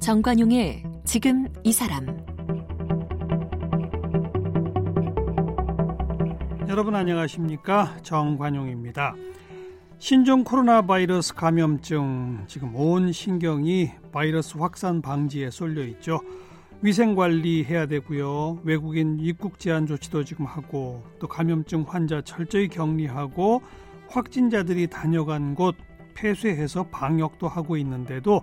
정관용의 지금 이 사람 여러분 안녕하십니까 정관용입니다. 신종 코로나 바이러스 감염증 지금 온 신경이 바이러스 확산 방지에 쏠려 있죠. 위생 관리해야 되고요. 외국인 입국 제한 조치도 지금 하고 또 감염증 환자 철저히 격리하고 확진자들이 다녀간 곳 폐쇄해서 방역도 하고 있는데도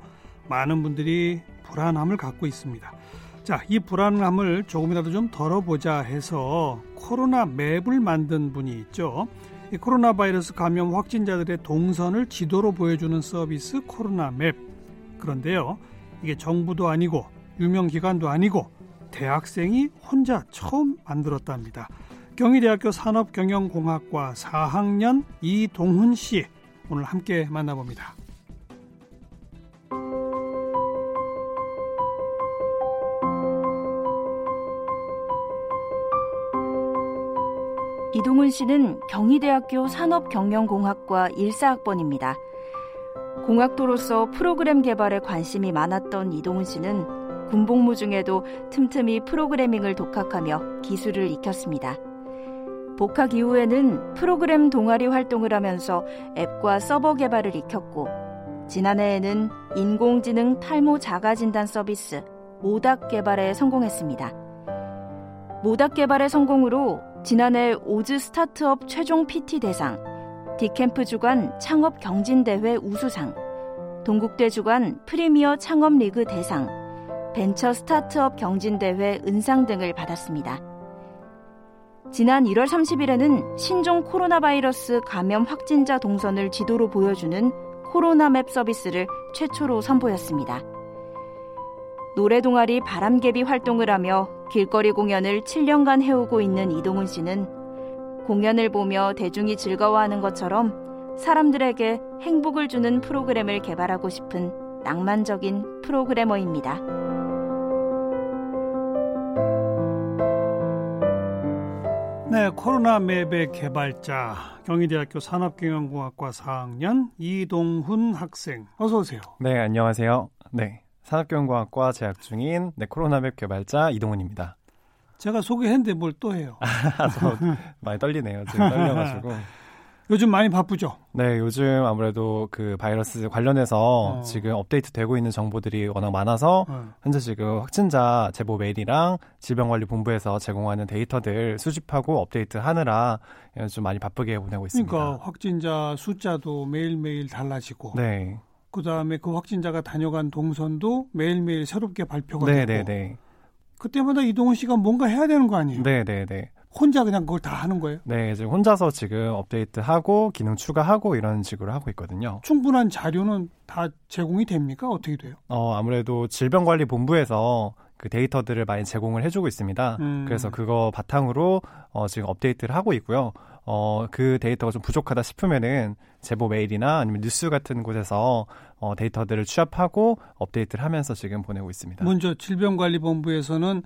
많은 분들이 불안함을 갖고 있습니다. 자, 이 불안함을 조금이라도 좀 덜어보자 해서 코로나 맵을 만든 분이 있죠. 이 코로나 바이러스 감염 확진자들의 동선을 지도로 보여주는 서비스 코로나 맵. 그런데요, 이게 정부도 아니고 유명 기관도 아니고 대학생이 혼자 처음 만들었답니다. 경희대학교 산업경영공학과 4학년 이동훈 씨 오늘 함께 만나봅니다. 이동훈 씨는 경희대학교 산업경영공학과 1사학번입니다. 공학도로서 프로그램 개발에 관심이 많았던 이동훈 씨는 군복무 중에도 틈틈이 프로그래밍을 독학하며 기술을 익혔습니다. 복학 이후에는 프로그램 동아리 활동을 하면서 앱과 서버 개발을 익혔고 지난해에는 인공지능 탈모 자가 진단 서비스 모닥 개발에 성공했습니다. 모닥 개발의 성공으로 지난해 오즈 스타트업 최종 PT 대상, 디캠프 주간 창업 경진대회 우수상, 동국대 주간 프리미어 창업리그 대상, 벤처 스타트업 경진대회 은상 등을 받았습니다. 지난 1월 30일에는 신종 코로나 바이러스 감염 확진자 동선을 지도로 보여주는 코로나 맵 서비스를 최초로 선보였습니다. 노래 동아리 바람개비 활동을 하며 길거리 공연을 7년간 해오고 있는 이동훈 씨는 공연을 보며 대중이 즐거워하는 것처럼 사람들에게 행복을 주는 프로그램을 개발하고 싶은 낭만적인 프로그래머입니다. 네, 코로나 맵의 개발자 경희대학교 산업경영공학과 4학년 이동훈 학생 어서 오세요. 네, 안녕하세요. 네, 산업경영공학과 재학 중인 네, 코로나 맵 개발자 이동훈입니다. 제가 소개했는데 뭘 또 해요? 아. 저 많이 떨리네요. 지금 떨려가지고. 요즘 많이 바쁘죠? 네, 요즘 아무래도 그 바이러스 관련해서 어. 지금 업데이트 되고 있는 정보들이 워낙 많아서 어. 현재 지금 확진자 제보 메일이랑 질병관리본부에서 제공하는 데이터들 수집하고 업데이트 하느라 좀 많이 바쁘게 보내고 있습니다. 그러니까 확진자 숫자도 매일매일 달라지고 네. 그다음에 그 확진자가 다녀간 동선도 매일매일 새롭게 발표가 되고 네, 뭐 네, 네. 그때마다 이동훈 씨가 뭔가 해야 되는 거 아니에요? 네, 네, 네. 혼자 그냥 그걸 다 하는 거예요? 네, 지금 혼자서 지금 업데이트하고 기능 추가하고 이런 식으로 하고 있거든요. 충분한 자료는 다 제공이 됩니까? 어떻게 돼요? 어, 아무래도 질병관리본부에서 그 데이터들을 많이 제공을 해주고 있습니다. 음. 그래서 그거 바탕으로 어, 지금 업데이트를 하고 있고요. 어, 그 데이터가 좀 부족하다 싶으면은 제보 메일이나 아니면 뉴스 같은 곳에서 어, 데이터들을 취합하고 업데이트를 하면서 지금 보내고 있습니다. 먼저 질병관리본부에서는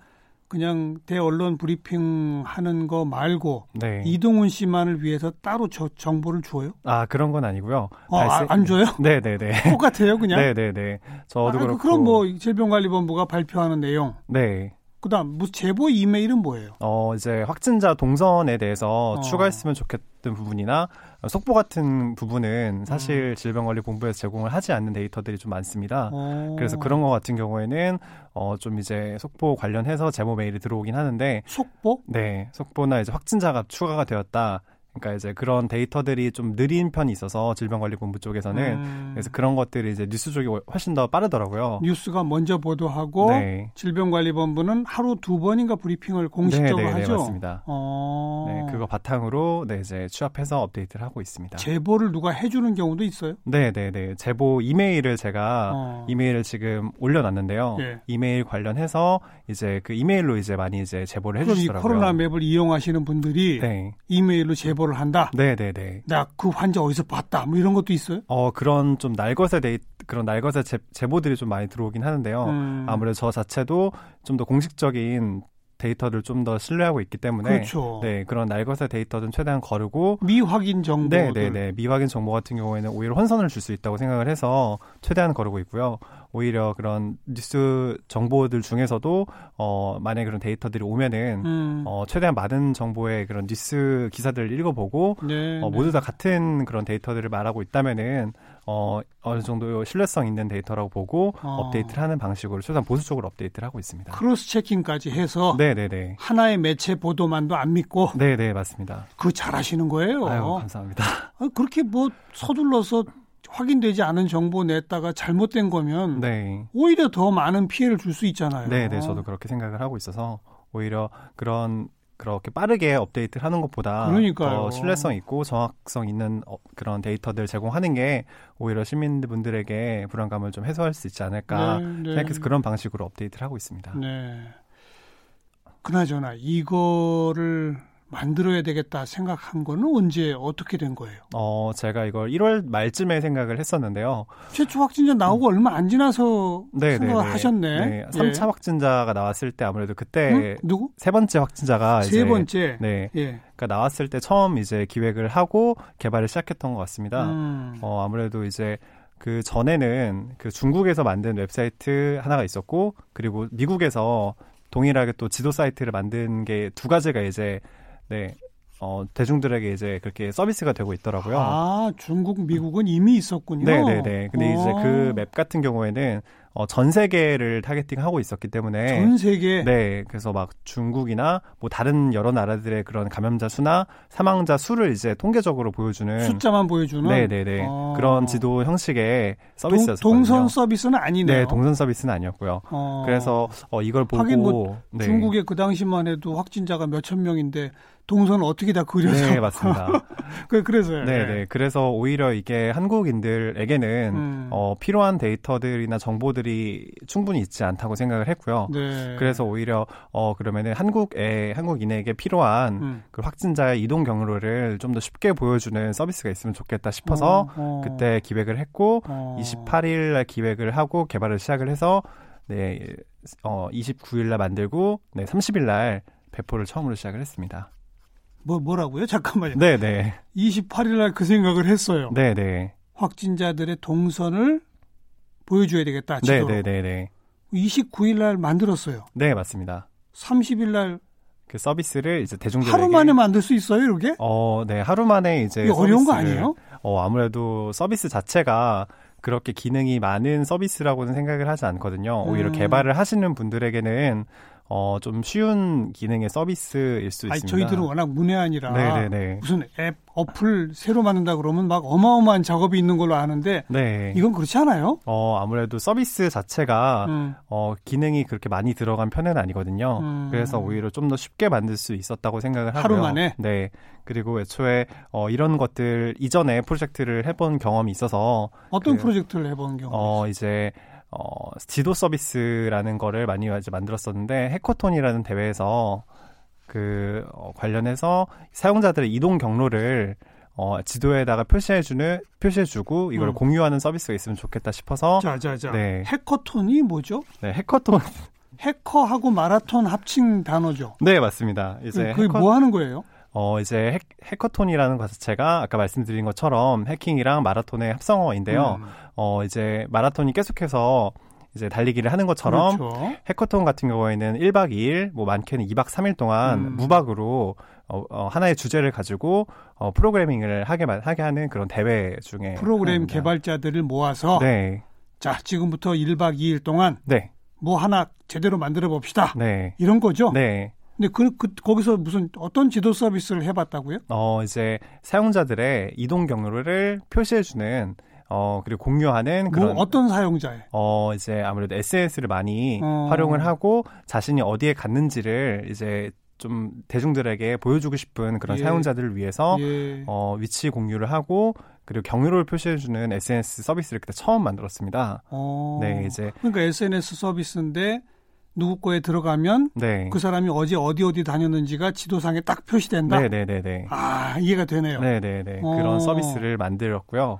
그냥 대언론 브리핑 하는 거 말고 네. 이동훈 씨만을 위해서 따로 저 정보를 줘요? 아, 그런 건 아니고요. 어, 아, 발생- 안 줘요? 네네네. 똑같아요, 그냥? 네네네. 저도 아, 그렇고. 그럼 뭐 질병관리본부가 발표하는 내용. 네. 그다음 뭐 제보 이메일은 뭐예요? 어, 이제 확진자 동선에 대해서 어. 추가했으면 좋겠던 부분이나 속보 같은 음. 부분은 사실 질병관리본부에서 제공을 하지 않는 데이터들이 좀 많습니다. 어, 아, 그래서 그런 것 같은 경우에는 어, 좀 이제 속보 관련해서 제보 메일이 들어오긴 하는데 속보? 네, 속보나 이제 확진자가 추가가 되었다. 그러니까 이제 그런 데이터들이 좀 느린 편이 있어서 질병관리본부 쪽에서는 음, 그래서 그런 것들이 이제 뉴스 쪽이 훨씬 더 빠르더라고요. 뉴스가 먼저 보도하고 네. 질병관리본부는 하루 두 번인가 브리핑을 공식적으로 네, 네, 네, 하죠. 맞습니다. 어, 네, 그거 바탕으로 네, 이제 취합해서 업데이트를 하고 있습니다. 제보를 누가 해주는 경우도 있어요. 네, 네, 네. 제보 이메일을 제가 어. 이메일을 지금 올려놨는데요. 예. 이메일 관련해서 이제 그 이메일로 이제 많이 이제 제보를 그럼 이 해주시더라고요. 코로나 맵을 이용하시는 분들이 네, 이메일로 제보를 한다. 네, 네, 네. 나 그 환자 어디서 봤다. 뭐 이런 것도 있어요. 어 그런 좀 날것의 데이 그런 날것의 제, 보들이좀 많이 들어오긴 하는데요. 음. 아무래도 저 자체도 좀 더 공식적인 데이터를 좀 더 신뢰하고 있기 때문에 그렇죠. 네, 그런 날것의 데이터는 최대한 거르고 미확인 정보들. 네, 네, 네. 미확인 정보 같은 경우에는 오히려 혼선을 줄 수 있다고 생각을 해서 최대한 거르고 있고요. 오히려 그런 뉴스 정보들 중에서도 어 만약에 그런 데이터들이 오면은 음. 어 최대한 많은 정보의 그런 뉴스 기사들을 읽어보고 네, 네. 어, 모두 다 같은 그런 데이터들을 말하고 있다면은 어, 어느 정도 신뢰성 있는 데이터라고 보고 어. 업데이트를 하는 방식으로 최대한 보수적으로 업데이트를 하고 있습니다. 크로스 체킹까지 해서 네네네. 하나의 매체 보도만도 안 믿고 네네 맞습니다. 그 잘하시는 거예요. 아유 감사합니다. 아, 그렇게 뭐 서둘러서 확인되지 않은 정보 냈다가 잘못된 거면 네. 오히려 더 많은 피해를 줄 수 있잖아요. 네네 저도 그렇게 생각을 하고 있어서 오히려 그런 그렇게 빠르게 업데이트를 하는 것보다 그러니까요. 더 신뢰성 있고 정확성 있는 어, 그런 데이터들 제공하는 게 오히려 시민분들에게 불안감을 좀 해소할 수 있지 않을까 네, 네. 생각해서 그런 방식으로 업데이트를 하고 있습니다. 네. 그나저나 이거를 만들어야 되겠다 생각한 거는 언제 어떻게 된 거예요? 어, 제가 이걸 1월 말쯤에 생각을 했었는데요. 최초 확진자 나오고 얼마 안 지나서 음. 네, 생각을 네, 네. 하셨네. 네, 3차 확진자가 나왔을 때 아무래도 예. 그때 응? 누구? 세 번째 확진자가 세 아, 이제 번째. 네. 예. 그러니까 나왔을 때 처음 이제 기획을 하고 개발을 시작했던 것 같습니다. 음. 어, 아무래도 이제 그 전에는 그 중국에서 만든 웹사이트 하나가 있었고 그리고 미국에서 동일하게 또 지도 사이트를 만든 게 두 가지가 이제 네. 어, 대중들에게 이제 그렇게 서비스가 되고 있더라고요. 아, 중국, 미국은 이미 있었군요. 네네네. 근데 이제 어. 그 맵 같은 경우에는 어, 전 세계를 타겟팅하고 있었기 때문에 전 세계 네, 그래서 막 중국이나 뭐 다른 여러 나라들의 그런 감염자 수나 사망자 수를 이제 통계적으로 보여주는 숫자만 보여주는 네, 네, 네 어. 그런 지도 형식의 동, 서비스였어요. 동선 서비스는 아니네요. 네, 동선 서비스는 아니었고요. 어. 그래서 어, 이걸 보고 하긴 뭐 네. 중국에 그 당시만 해도 확진자가 몇천 명인데 동선 어떻게 다 그려서 네 맞습니다. 그- 그래서요. 네, 네. 그래서 오히려 이게 한국인들에게는 음. 어, 필요한 데이터들이나 정보들이 충분히 있지 않다고 생각을 했고요. 네. 그래서 오히려 어 그러면은 한국에 한국인에게 필요한 음. 그 확진자의 이동 경로를 좀 더 쉽게 보여주는 서비스가 있으면 좋겠다 싶어서 어, 어. 그때 기획을 했고 어. 28일 날 기획을 하고 개발을 시작을 해서 네, 어 29일 날 만들고 네, 30일 날 배포를 처음으로 시작을 했습니다. 뭐 뭐라고요? 잠깐만요. 네, 네. 28일 날 그 생각을 했어요. 네, 네. 확진자들의 동선을 보여줘야 되겠다. 네, 지도로. 네, 네, 네. 29일 날 만들었어요. 네, 맞습니다. 30일 날 그 서비스를 이제 대중들에게 하루 만에 만들 수 있어요, 이렇게? 어, 네. 하루 만에 이제 이게 어려운 거 서비스를 아니에요? 어, 아무래도 서비스 자체가 그렇게 기능이 많은 서비스라고는 생각을 하지 않거든요. 오히려 음. 개발을 하시는 분들에게는 어, 좀 쉬운 기능의 서비스일 수 아니, 있습니다. 저희들은 워낙 문외한이라 네네네. 무슨 앱 어플 새로 만든다 그러면 막 어마어마한 작업이 있는 걸로 아는데 네. 이건 그렇지 않아요? 어, 아무래도 서비스 자체가 음. 어, 기능이 그렇게 많이 들어간 편은 아니거든요. 음. 그래서 오히려 좀 더 쉽게 만들 수 있었다고 생각을 하고요. 하루 만에? 네. 그리고 애초에 어, 이런 것들 이전에 프로젝트를 해본 경험이 있어서 어떤 그래요. 프로젝트를 해본 경우? 어, 이제, 어, 지도 서비스라는 거를 많이 이제 만들었었는데, 해커톤이라는 대회에서 그, 어, 관련해서 사용자들의 이동 경로를 어, 지도에다가 표시해주는, 표시해주고 이걸 음. 공유하는 서비스가 있으면 좋겠다 싶어서, 자자자. 네. 해커톤이 뭐죠? 네, 해커톤. 해커하고 마라톤 합친 단어죠. 네, 맞습니다. 이제 그게 뭐 하는 거예요? 어, 이제 해, 커톤이라는것 자체가 아까 말씀드린 것처럼 해킹이랑 마라톤의 합성어인데요. 음, 어, 이제 마라톤이 계속해서 이제 달리기를 하는 것처럼 네, 그렇죠. 해커톤 같은 경우에는 1박 2일, 뭐 많게는 2박 3일 동안 음. 무박으로 어, 어, 하나의 주제를 가지고 어, 프로그래밍을 하게 마- 하게 하는 그런 대회 중에 프로그램 하나입니다. 개발자들을 모아서 네, 자 지금부터 1박 2일 동안 네, 뭐 하나 제대로 만들어 봅시다. 네, 이런 거죠. 네. 근데 그, 그- 거기서 무슨 어떤 지도 서비스를 해봤다고요? 어 이제 사용자들의 이동 경로를 표시해주는 어 그리고 공유하는 그런 뭐 어떤 사용자예요? 어, 이제 아무래도 SNS를 많이 어. 활용을 하고 자신이 어디에 갔는지를 이제 좀 대중들에게 보여주고 싶은 그런 예. 사용자들을 위해서 예. 어, 위치 공유를 하고 그리고 경로를 표시해주는 SNS 서비스를 그때 처음 만들었습니다. 어. 네, 이제 그러니까 SNS 서비스인데 누구 거에 들어가면 네, 그 사람이 어제 어디 어디 다녔는지가 지도상에 딱 표시된다. 네, 네, 네, 네, 아 이해가 되네요. 네, 네, 네 어. 그런 서비스를 만들었고요.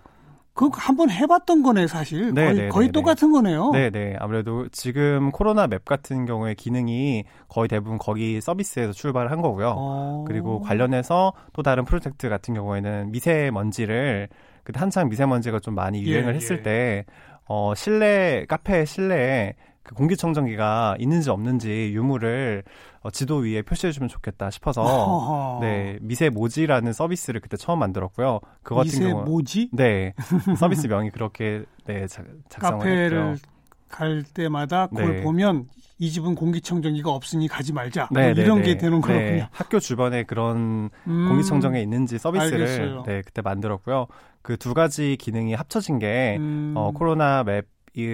그거 한번 해봤던 거네 사실 네, 거의, 네, 거의 네, 똑같은 거네요. 네, 네. 아무래도 지금 코로나 맵 같은 경우에 기능이 거의 대부분 거기 서비스에서 출발한 거고요. 어. 그리고 관련해서 또 다른 프로젝트 같은 경우에는 미세먼지를 그때 한창 미세먼지가 좀 많이 예, 유행을 했을 예. 때 어, 실내 카페 실내에 그 공기청정기가 있는지 없는지 유무를 어, 지도 위에 표시해 주면 좋겠다 싶어서 어허. 네 미세 모지라는 서비스를 그때 처음 만들었고요. 그 같은 미세 경우 뭐지? 네 서비스 명이 그렇게 네 작, 작성을 카페를 했죠. 갈 때마다 그걸 네. 보면 이 집은 공기청정기가 없으니 가지 말자. 뭐 네, 네, 이런 네. 게 되는 네, 거군요. 학교 주변에 그런 음. 공기청정에 있는지 알겠어요. 서비스를 네, 그때 만들었고요. 그 두 가지 기능이 합쳐진 게 음. 어, 코로나 맵 이,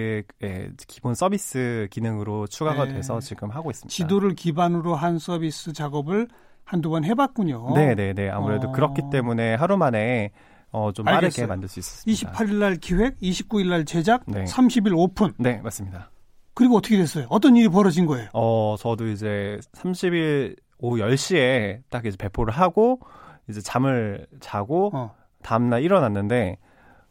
예, 기본 서비스 기능으로 추가가 네. 돼서 지금 하고 있습니다. 지도를 기반으로 한 서비스 작업을 한두 번 해봤군요. 네네네. 아무래도 어. 그렇기 때문에 하루 만에 어, 좀 빠르게 알겠어요. 만들 수 있었습니다. 28일 날 기획, 29일 날 제작, 네. 30일 오픈. 네, 맞습니다. 그리고 어떻게 됐어요? 어떤 일이 벌어진 거예요? 어, 저도 이제 30일 오후 10시에 딱 이제 배포를 하고 이제 잠을 자고 어, 다음날 일어났는데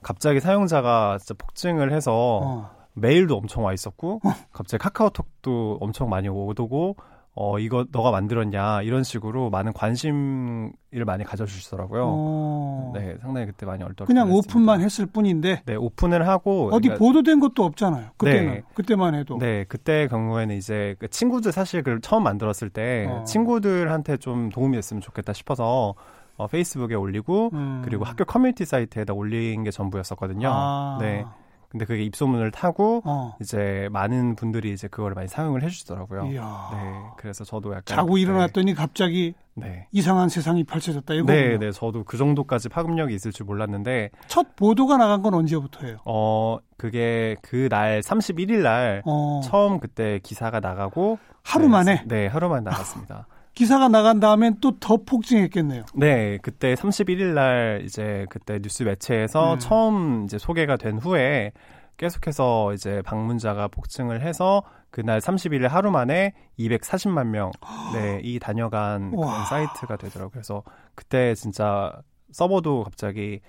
갑자기 사용자가 진짜 폭증을 해서 어. 메일도 엄청 와 있었고 갑자기 카카오톡도 엄청 많이 오고 어 이거 너가 만들었냐 이런 식으로 많은 관심을 많이 가져주시더라고요. 어. 네, 상당히 그때 많이 얼떨. 그냥 오픈만 했을 뿐인데 네, 오픈을 하고 어디 그러니까- 보도된 것도 없잖아요. 그때는 네. 그때만 해도 네, 그때 경우에는 이제 그 친구들 사실 그 처음 만들었을 때 어. 친구들한테 좀 도움이 됐으면 좋겠다 싶어서 어, 페이스북에 올리고 음. 그리고 학교 커뮤니티 사이트에다 올린 게 전부였었거든요. 아. 네, 근데 그게 입소문을 타고 어. 이제 많은 분들이 이제 그걸 많이 사용을 해주시더라고요. 이야. 네, 그래서 저도 약간 자고 그때- 일어났더니 갑자기 네. 이상한 세상이 펼쳐졌다 이거 네, 네, 저도 그 정도까지 파급력이 있을 줄 몰랐는데, 첫 보도가 나간 건 언제부터예요? 어, 그게 그 날, 31일 날, 어, 처음 그때 기사가 나가고. 하루 네, 만에 네, 하루 만에 나갔습니다. 기사가 나간 다음엔 또 더 폭증했겠네요. 네, 그때 31일 날, 이제 그때 뉴스 매체에서 음. 처음 이제 소개가 된 후에, 계속해서 이제 방문자가 폭증을 해서, 그날 31일 하루 만에 240만 명, 네, 이 다녀간 와. 그런 사이트가 되더라고요. 그래서 그때 진짜 서버도 갑자기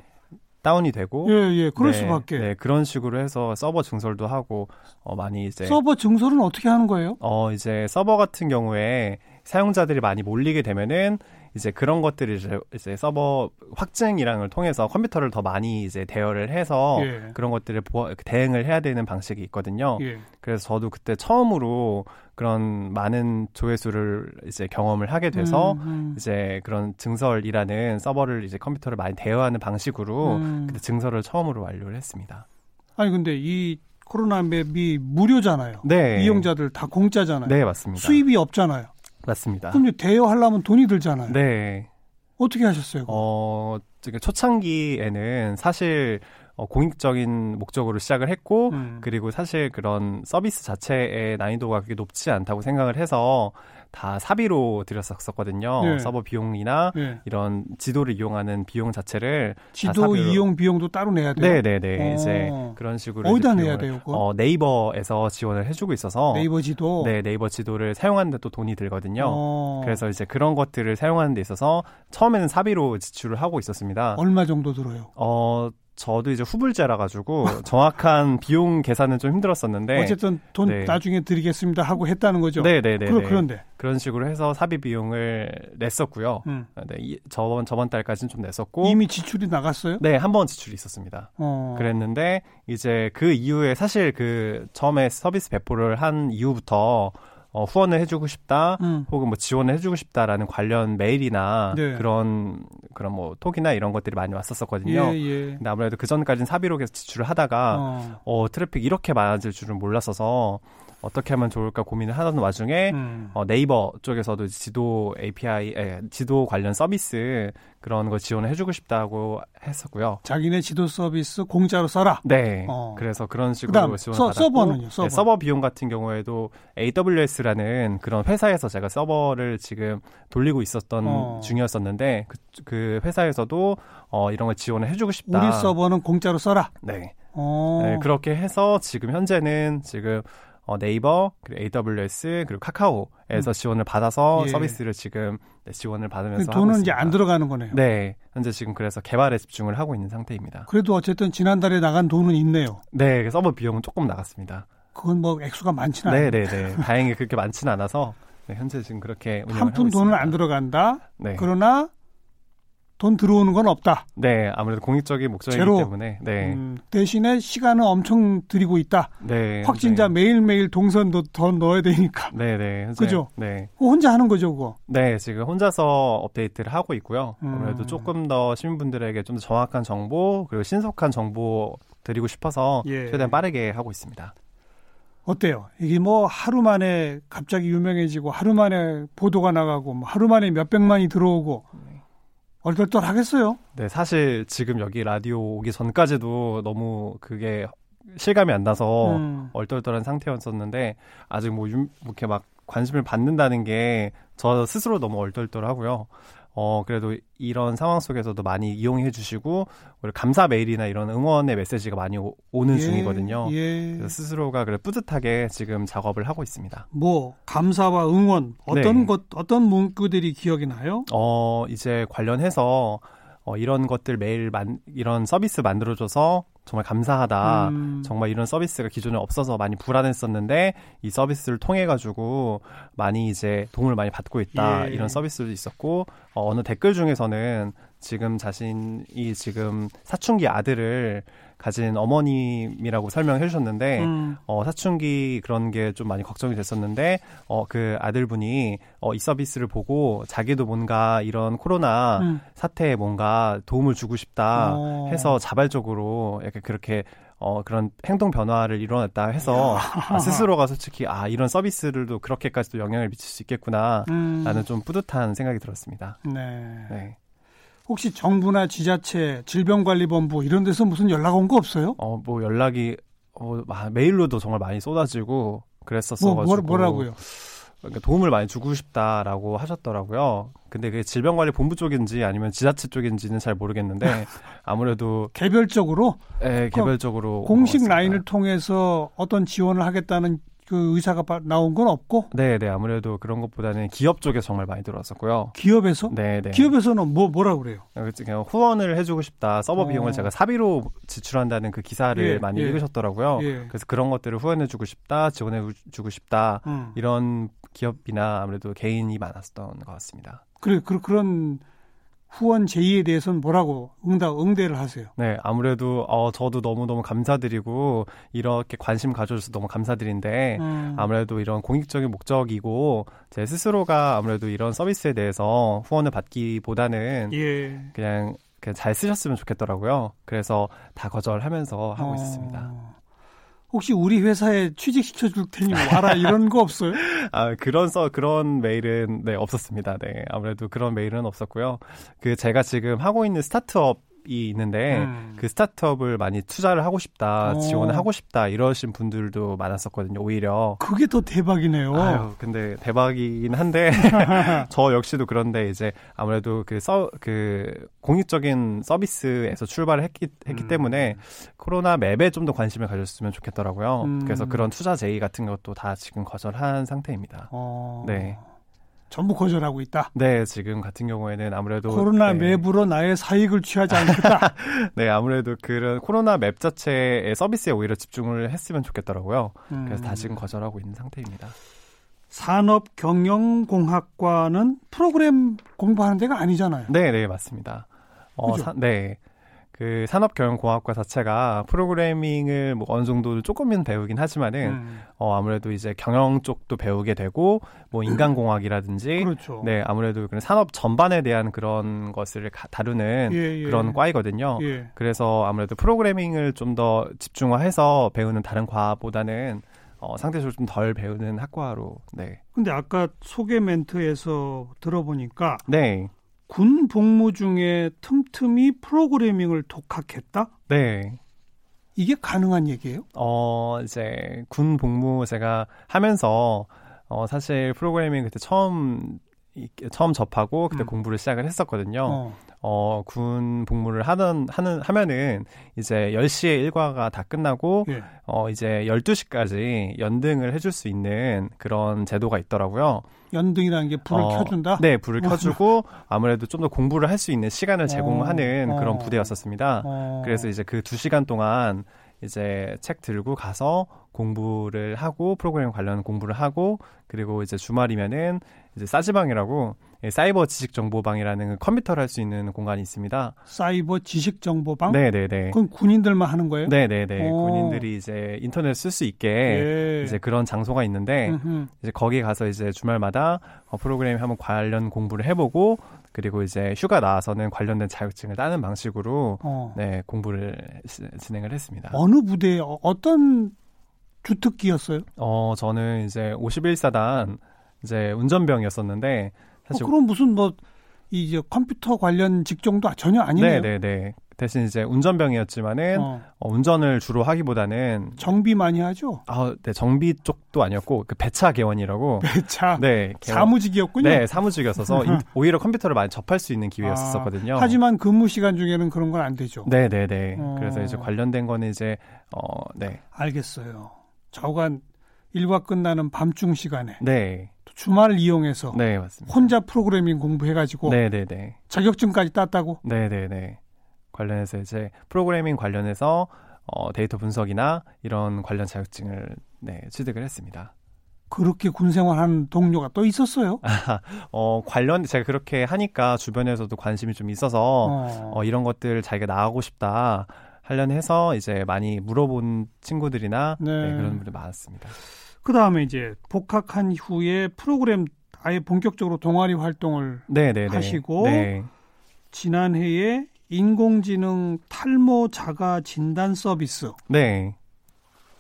다운이 되고, 예, 예, 그럴 네, 수밖에. 네, 그런 식으로 해서 서버 증설도 하고 어, 많이 이제 서버 증설은 어떻게 하는 거예요? 어 이제 서버 같은 경우에 사용자들이 많이 몰리게 되면은 이제 그런 것들을 이제, 이제 서버 확증이랑을 통해서 컴퓨터를 더 많이 이제 대여를 해서 예. 어, 그런 어, 것들을 보아, 대응을 해야 되는 방식이 있거든요. 예. 그래서 저도 그때 처음으로 그런 많은 조회수를 이제 경험을 하게 돼서 음, 음. 이제 그런 증설이라는 서버를 이제 컴퓨터를 많이 대여하는 방식으로 음. 그때 증설을 처음으로 완료를 했습니다. 아니 근데 이 코로나 맵이 무료잖아요. 네. 이용자들 다 공짜잖아요. 네, 맞습니다. 수입이 네. 없잖아요. 맞습니다. 그럼 이제 대여하려면 돈이 들잖아요. 네. 어떻게 하셨어요? 그거? 어, 지금 초창기에는 사실 어, 공익적인 목적으로 시작을 했고 음. 어, 그리고 사실 그런 서비스 자체의 난이도가 그렇게 높지 않다고 생각을 해서 다 사비로 드렸었거든요. 네. 서버 비용이나 예. 이런 지도를 이용하는 비용 자체를 지도 사비로- 이용 비용도 따로 내야 돼요. 네, 네, 네. 어. 이제 그런 식으로 어디다 이제 내야 비용을- 돼요? 그거? 어, 네이버에서 지원을 해 주고 있어서 네이버 지도. 네, 네이버 지도를 사용하는데 또 돈이 들거든요. 어. 그래서 이제 그런 것들을 사용하는 데 있어서 처음에는 사비로 지출을 하고 있었습니다. 얼마 정도 들어요? 어, 저도 이제 후불제라 가지고 정확한 비용 계산은 좀 힘들었었는데 어쨌든 돈 네. 나중에 드리겠습니다 하고 했다는 거죠. 네, 네, 네. 그러, 네. 그런데 그런 식으로 해서 사비 비용을 냈었고요. 음. 네, 이- 저번 저번 달까지는 좀 냈었고 이미 지출이 나갔어요? 네, 한 번 지출이 있었습니다. 어. 그랬는데 이제 그 이후에 사실 그 처음에 서비스 배포를 한 이후부터 어, 후원을 해주고 싶다, 음. 혹은 뭐 지원을 해주고 싶다라는 관련 메일이나 네. 그런 그런 뭐 톡이나 이런 것들이 많이 예, 왔었었거든요. 예. 근데 아무래도 그 전까지는 사비로 계속 지출을 하다가 어. 어, 트래픽 이렇게 많아질 줄은 몰랐어서 어떻게 하면 좋을까 고민을 하던 와중에 음. 어, 네이버 쪽에서도 이제 지도 API, 에, 예, 지도 관련 서비스 그런 거 지원을 해주고 싶다고 했었고요. 자기네 지도 서비스 공짜로 써라. 네. 어. 그래서 그런 식으로 그다음 지원을 서- 받았고 서버는요, 서버. 네, 서버 비용 같은 경우에도 AWS라는 그런 회사에서 제가 서버를 지금 돌리고 있었던 어. 중이었었는데 그, 그 회사에서도 어, 이런 걸 지원을 해주고 싶다. 우리 서버는 공짜로 써라. 네. 어. 네, 그렇게 해서 지금 현재는 지금 어, 네이버, 그리고 AWS, 그리고 카카오에서 지원을 받아서 음. 예. 서비스를 지금 네, 지원을 받으면서 하고 돈은 이제 있습니다. 안 들어가는 거네요. 네, 현재 지금 그래서 개발에 집중을 하고 있는 상태입니다. 그래도 어쨌든 지난달에 나간 돈은 있네요. 네, 그 서버 비용은 조금 나갔습니다. 그건 뭐 액수가 많지는 않아요. 네, 네, 네. 다행히 그렇게 많지는 않아서 네, 현재 지금 그렇게 한 운영을 푼 하고 돈은 있습니다. 안 들어간다. 네, 그러나 돈 들어오는 건 없다. 네, 아무래도 공익적인 목적이기 제로. 때문에 네, 음, 대신에 시간은 엄청 들이고 있다. 네, 확진자 네. 매일매일 동선도 더 넣어야 되니까. 네, 네, 현재- 그죠? 네, 그거 혼자 하는 거죠, 그거. 네, 지금 혼자서 업데이트를 하고 있고요. 음. 아무래도 조금 더 시민분들에게 좀 더 정확한 정보 그리고 신속한 정보 드리고 싶어서 예. 최대한 빠르게 하고 있습니다. 어때요? 이게 뭐 하루 만에 갑자기 유명해지고 하루 만에 보도가 나가고 뭐 하루 만에 몇백만이 들어오고 얼떨떨 하겠어요? 네, 사실 지금 여기 라디오 오기 전까지도 너무 그게 실감이 안 나서 음. 얼떨떨한 상태였었는데 아직 뭐 유- 뭐 이렇게 막 관심을 받는다는 게 저 스스로 너무 얼떨떨하고요. 어 그래도 이런 상황 속에서도 많이 이용해 주시고 우리 감사 메일이나 이런 응원의 메시지가 많이 오, 는 예, 중이거든요. 예. 그래서 스스로가 그래 뿌듯하게 지금 작업을 하고 있습니다. 뭐 감사와 응원 어떤 네. 것 어떤 문구들이 기억이 나요? 어 이제 관련해서 어, 이런 것들 매일 만, 이런 서비스 만들어줘서 정말 감사하다. 음, 정말 이런 서비스가 기존에 없어서 많이 불안했었는데 이 서비스를 통해 가지고 많이 이제 도움을 많이 받고 있다 예. 이런 서비스도 있었고 어, 어느 댓글 중에서는 지금 자신이 지금 사춘기 아들을 가진 어머님이라고 설명해 주셨는데 음, 어, 사춘기 그런 게 좀 많이 걱정이 됐었는데, 어, 그 아들분이, 어, 이 서비스를 보고 자기도 뭔가 이런 코로나 음. 사태에 뭔가 도움을 주고 싶다 어. 아, 해서 자발적으로 약간 그렇게 어, 그런 행동 변화를 이뤄냈다 해서 아, 스스로가 솔직히 아, 이런 서비스들도 그렇게까지도 영향을 미칠 수 있겠구나. 음, 라는 좀 뿌듯한 생각이 들었습니다. 네. 네. 혹시 정부나 지자체 질병관리본부 이런 데서 무슨 연락 온 거 없어요? 어, 뭐 연락이 어, 마- 메일로도 정말 많이 쏟아지고 뭐, 그랬었어가지고 뭐 뭐라고요? 그러니까 도움을 많이 주고 싶다라고 하셨더라고요. 근데 그게 질병관리본부 쪽인지 아니면 지자체 쪽인지는 잘 모르겠는데 아무래도 개별적으로 예, 개별적으로 그 공식 왔습니다. 라인을 통해서 어떤 지원을 하겠다는 그 의사가 바- 나온 건 없고 네, 네 아무래도 그런 것보다는 기업 쪽에 정말 많이 들어왔었고요. 기업에서 네, 네. 기업에서는 뭐 뭐라 그래요? 그냥 후원을 해주고 싶다. 서버 어. 비용을 제가 사비로 지출한다는 그 기사를 예, 많이 예. 읽으셨더라고요. 예. 그래서 그런 것들을 후원해주고 싶다, 지원해주고 싶다 음. 이런 기업이나 아무래도 개인이 많았던 것 같습니다. 그래 그, 그런 후원 제의에 대해서는 뭐라고 응답 응대를 하세요? 네, 아무래도 어, 저도 너무너무 감사드리고 이렇게 관심 가져줘서 너무 감사드린데 음. 네. 아무래도 이런 공익적인 목적이고 제 스스로가 아무래도 이런 서비스에 대해서 후원을 받기보다는 예. 그냥 그냥 잘 쓰셨으면 좋겠더라고요. 그래서 다 거절하면서 하고 어. 있었습니다. 혹시 우리 회사에 취직시켜 줄 테니 와라 이런 거 없어요? 아, 그런 서 그런 메일은 네, 없었습니다. 네. 아무래도 그런 메일은 없었고요. 그 제가 지금 하고 있는 스타트업이 있는데 음. 그 스타트업을 많이 투자를 하고 싶다, 어. 지원을 하고 싶다 이러신 분들도 많았었거든요. 오히려. 그게 더 대박이네요. 아유, 근데 대박이긴 한데 저 역시도 그런데 이제 아무래도 그 서 그 공익적인 서비스에서 출발을 했기 했기 음. 때문에 코로나 맵에 좀 더 관심을 가졌으면 좋겠더라고요. 음. 그래서 그런 투자 제의 같은 것도 다 지금 거절한 상태입니다. 어, 네. 전부 거절하고 있다. 네, 지금 같은 경우에는 아무래도 코로나 네. 맵으로 나의 사익을 취하지 않겠다. 네, 아무래도 그런 코로나 맵 자체의 서비스에 오히려 집중을 했으면 좋겠더라고요. 음. 그래서 다 지금 거절하고 있는 상태입니다. 산업경영공학과는 프로그램 공부하는 데가 아니잖아요. 네, 네, 맞습니다. 어, 그죠? 사- 네. 그 산업경영공학과 자체가 프로그래밍을 뭐 어느 정도 조금은 배우긴 하지만은 음, 어, 아무래도 이제 경영 쪽도 배우게 되고 뭐 인간공학이라든지 그렇죠. 네 아무래도 그런 산업 전반에 대한 그런 것을 가- 다루는 예, 예. 그런 과이거든요. 예. 그래서 아무래도 프로그래밍을 좀 더 집중화해서 배우는 다른 과보다는 어, 상대적으로 좀 덜 배우는 학과로 네. 근데 아까 소개 멘트에서 들어보니까 네. 군 복무 중에 틈틈이 프로그래밍을 독학했다? 네. 이게 가능한 얘기예요? 어, 이제 군 복무 제가 하면서 어, 사실 프로그래밍 그때 처음 이- 처음 접하고 그때 음. 공부를 시작을 했었거든요. 어. 어, 군 복무를 하던, 하는, 하면은 이제 10시에 일과가 다 끝나고, 예. 어, 이제 12시까지 연등을 해줄 수 있는 그런 제도가 있더라고요. 연등이라는 게 불을 어, 켜준다. 네, 불을 뭐, 켜주고 아무래도 좀 더 공부를 할 수 있는 시간을 제공하는 어, 어. 그런 부대였었습니다. 어. 그래서 이제 그 2시간 동안 이제 책 들고 가서 공부를 하고 프로그램 관련 공부를 하고 그리고 이제 주말이면은 이제 싸지방이라고 예, 사이버 지식 정보방이라는 컴퓨터를 할 수 있는 공간이 있습니다. 사이버 지식 정보방. 네, 네, 네. 아? 그건 군인들만 하는 거예요. 네, 네, 네. 오. 군인들이 이제 인터넷 쓸 수 있게 예. 이제 네. 그런 장소가 있는데 음흠. 이제 거기 가서 이제 주말마다 어, 프로그램 한번 관련 공부를 해보고 그리고 이제 휴가 나와서는 관련된 자격증을 따는 방식으로 어. 네 공부를 시- 진행을 했습니다. 어느 부대 어, 어떤 주특기였어요? 뭐 어 저는 이제 51사단 이제 운전병이었었는데 사실 어, 그럼 무슨 뭐 이제 컴퓨터 관련 직종도 전혀 아니네요. 네네네 대신 이제 운전병이었지만은 어, 어, 운전을 주로 하기보다는 정비 많이 하죠. 아, 네 정비 쪽도 아니었고 그 배차 개원이라고 배차 네 개원- 사무직이었군요. 네 사무직이었어서 인- 오히려 컴퓨터를 많이 접할 수 있는 기회였었거든요. 아, 하지만 근무 시간 중에는 그런 건 안 되죠. 네네네. 어. 그래서 이제 관련된 거는 이제 어 네. 알겠어요. 저간 일과 끝나는 밤중 시간에 네. 또 주말을 이용해서 네, 맞습니다. 혼자 프로그래밍 공부해가지고 네네네. 자격증까지 땄다고. 네네네. 관련해서 이제 프로그래밍 관련해서 어 데이터 분석이나 이런 관련 자격증을 네, 취득을 했습니다. 그렇게 군 생활하는 동료가 또 있었어요. 어 관련 제가 그렇게 하니까 주변에서도 관심이 좀 있어서 어. 어 이런 것들 자기가 나가고 싶다. 하려는 해서 이제 많이 물어본 친구들이나 네. 네, 그런 분들 많았습니다. 그 다음에 이제 복학한 후에 프로그램 아예 본격적으로 동아리 활동을 네, 네, 네. 하시고 네. 지난해에 인공지능 탈모 자가 진단 서비스 네.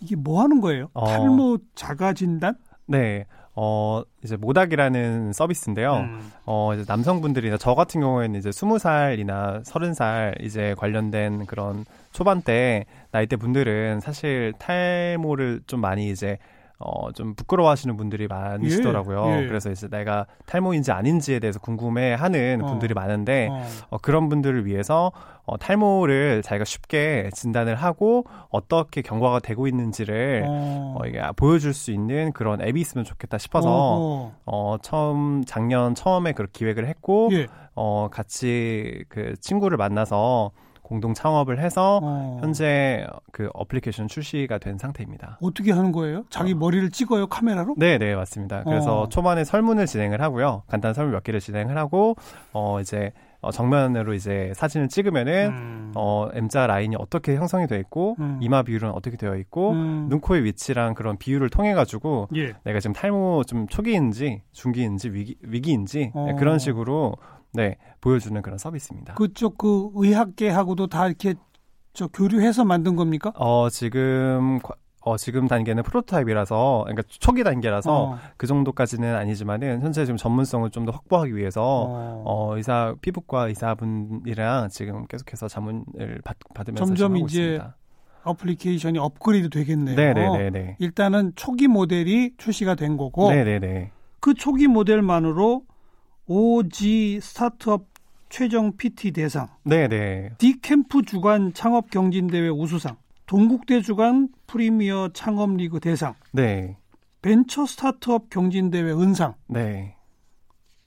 이게 뭐 하는 거예요? 어. 탈모 자가 진단? 네. 어, 이제 모닥이라는 서비스인데요. 음. 어, 이제 남성분들이나 저 같은 경우에는 이제 20살이나 30살 이제 관련된 그런 초반대 나이대 분들은 사실 탈모를 좀 많이 이제 어, 좀 부끄러워하시는 분들이 많으시더라고요. 예, 예. 그래서 이제 내가 탈모인지 아닌지에 대해서 궁금해 하는 어. 분들이 많은데 어. 어, 그런 분들을 위해서 어, 탈모를 자기가 쉽게 진단을 하고 어떻게 경과가 되고 있는지를 어. 어, 이게 보여줄 수 있는 그런 앱이 있으면 좋겠다 싶어서 어허. 어, 처음 작년 처음에 그런 기획을 했고 예. 어, 같이 그 친구를 만나서 공동 창업을 해서 어. 현재 그 어플리케이션 출시가 된 상태입니다. 어떻게 하는 거예요? 자기 어. 머리를 찍어요 카메라로? 네, 네, 맞습니다. 그래서 어. 초반에 설문을 진행을 하고요. 간단 설문 몇 개를 진행을 하고 어 이제 어, 정면으로 이제 사진을 찍으면은 음. 어 M자 라인이 어떻게 형성이 되어 있고 음. 이마 비율은 어떻게 되어 있고 음. 눈, 코의 위치랑 그런 비율을 통해 가지고 예. 내가 지금 탈모 좀 초기인지 중기인지 위기, 위기인지 어. 네, 그런 식으로 네 보여주는 그런 서비스입니다. 그쪽 그 의학계하고도 다 이렇게 저 교류해서 만든 겁니까? 어 지금 과- 어 지금 단계는 프로토타입이라서 그러니까 초기 단계라서 어. 그 정도까지는 아니지만은 현재 지금 전문성을 좀 더 확보하기 위해서 어. 어 의사 피부과 의사분이랑 지금 계속해서 자문을 받, 받으면서 점점 지금 하고 이제 있습니다. 어플리케이션이 업그레이드 되겠네요. 어. 네네네네. 일단은 초기 모델이 출시가 된 거고 네네네. 그 초기 모델만으로 OG 스타트업 최종 PT 대상, 네네. 디캠프 주간 창업 경진대회 우수상, 동국대 주간 프리미어 창업리그 대상, 네. 벤처 스타트업 경진대회 은상 네.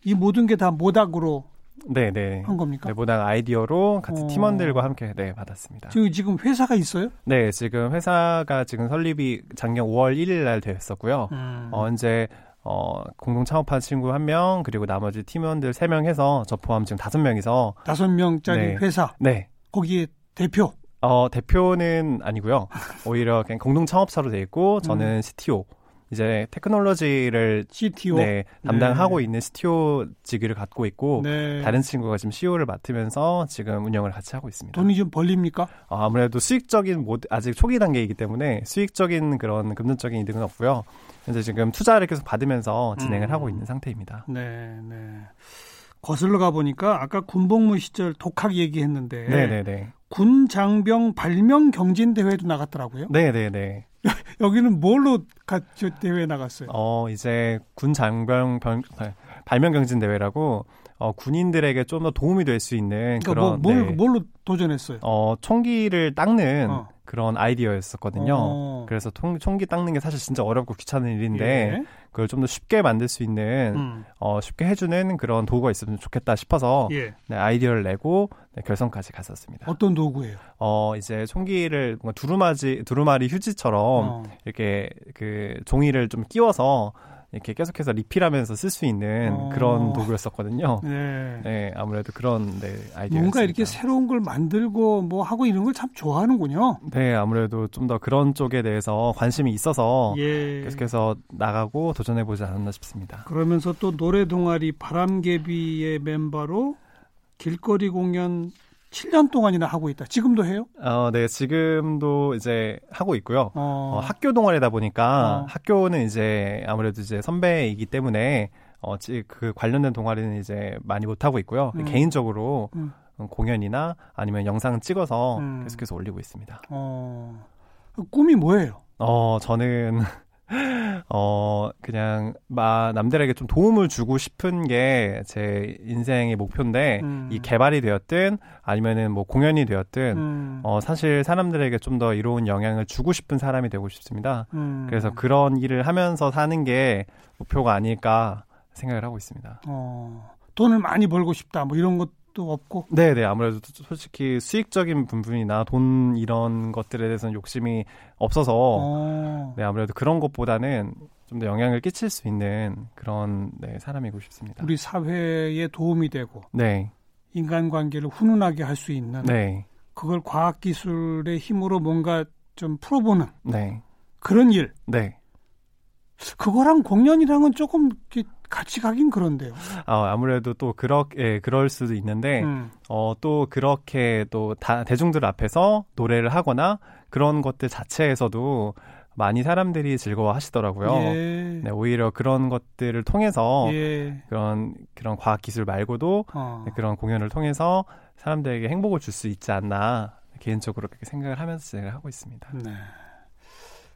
이 모든 게 다 모닥으로 네네. 한 겁니까? 네, 모당 아이디어로 같이 그러니까. 어. 팀원들과 함께 네, 받았습니다. 지금 지금 회사가 있어요? 네, 지금 회사가 지금 설립이 작년 5월 1일 날 됐었고요. 음. 어, 이제 어, 공동 창업한 친구 한 명, 그리고 나머지 팀원들 세 명 해서 저 포함 지금 다섯 명이서 다섯 명짜리 네. 회사 네. 거기에 대표 어, 대표는 아니고요. 오히려 그냥 공동 창업사로 돼 있고 저는 CTO. 이제 테크놀로지를 CTO 네, 담당하고 있는 CTO 직위를 갖고 있고 네. 다른 친구가 지금 CEO를 맡으면서 지금 운영을 같이 하고 있습니다. 돈이 좀 벌립니까? 어, 아무래도 수익적인 모 아직 초기 단계이기 때문에 수익적인 그런 금전적인 이득은 없고요. 현재 지금 투자를 계속 받으면서 진행을 음. 하고 있는 상태입니다. 네, 네. 거슬러 가 보니까 아까 군복무 시절 독학 얘기했는데 네, 네, 네, 군 장병 발명 경진 대회도 나갔더라고요. 네, 네, 네. 여기는 뭘로 가, 저 대회 나갔어요? 어 이제 군 장병 병 발명 경진 대회라고 어, 군인들에게 좀 더 도움이 될 수 있는 그러니까 그런 뭐, 뭘, 네. 뭘로 도전했어요? 어, 총기를 닦는 어. 그런 아이디어였었거든요. 어. 그래서 통, 총기 닦는 게 사실 진짜 어렵고 귀찮은 일인데 예. 그걸 좀 더 쉽게 만들 수 있는 음, 어, 쉽게 해주는 그런 도구가 있으면 좋겠다 싶어서 예. 네, 아이디어를 내고 네, 결선까지 갔었습니다. 어떤 도구예요? 어, 이제 총기를 뭔가 두루마지 두루마리 휴지처럼 어. 이렇게 그 종이를 좀 끼워서 이렇게 계속해서 리필하면서 쓸 수 있는 어. 그런 도구였었거든요. 네. 네, 아무래도 그런 네, 아이디어. 뭔가 이렇게 새로운 걸 만들고 뭐 하고 이런 걸 참 좋아하는군요. 네, 아무래도 좀 더 그런 쪽에 대해서 관심이 있어서 예. 계속해서 나가고 도전해 보지 않았나 싶습니다. 그러면서 또 노래 동아리 바람개비의 멤버로 길거리 공연 7년 동안이나 하고 있다. 지금도 해요? 어, 네, 지금도 이제 하고 있고요. 어. 어, 학교 동아리다 어. 보니까 학교는 이제 아무래도 이제 선배이기 때문에 어, 지- 그 관련된 동아리는 이제 많이 못 하고 있고요. 음. 개인적으로 음. 공연이나 아니면 영상 찍어서 음. 계속해서 올리고 있습니다. 어. 꿈이 뭐예요? 어, 저는 어, 그냥 마 남들에게 좀 도움을 주고 싶은 게 제 인생의 목표인데 음. 예, 이 개발이 되었든 아니면은 뭐 공연이 되었든 음. 어, 사실 사람들에게 좀 더 이로운 영향을 주고 싶은 사람이 되고 싶습니다. 음. 그래서 그런 일을 하면서 사는 게 목표가 아닐까 생각을 하고 있습니다. 어. 돈을 많이 벌고 싶다. 뭐 이런 것도 없고. 네, 네. 아무래도 솔직히 수익적인 부분이나 돈 이런 것들에 대해서는 욕심이 없어서 어. 네, 아무래도 그런 것보다는 좀 더 영향을 끼칠 수 있는 그런 네, 사람이고 싶습니다. 우리 사회에 도움이 되고 네, 인간관계를 훈훈하게 할 수 있는 네, 그걸 과학기술의 힘으로 뭔가 좀 풀어보는 네, 그런 일. 네. 그거랑 공연이랑은 조금 이렇게 같이 가긴 그런데요. 아, 아무래도 또 그렇게 그럴 수도 있는데 음. 어, 또 그렇게 또 다, 대중들 앞에서 노래를 하거나 그런 것들 자체에서도 많이 사람들이 즐거워하시더라고요. 예. 네, 오히려 그런 것들을 통해서 예. 그런 그런 과학 기술 말고도 어. 네, 그런 공연을 통해서 사람들에게 행복을 줄 수 있지 않나 개인적으로 그렇게 생각을 하면서 진행을 하고 있습니다. 네.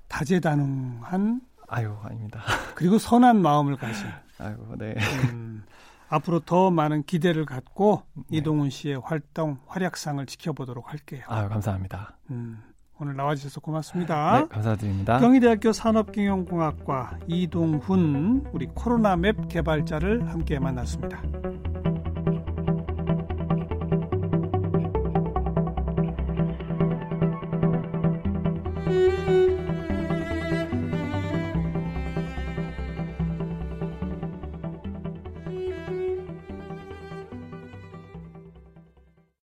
다재다능한 아유 아닙니다. 그리고 선한 마음을 가진 아유 네. 음, 앞으로 더 많은 기대를 갖고 네. 이동훈 씨의 활동 활약상을 지켜보도록 할게요. 아유 감사합니다. 음, 오늘 나와주셔서 고맙습니다. 네, 감사드립니다. 경희대학교 산업경영공학과 이동훈 우리 코로나 맵 개발자를 함께 만났습니다.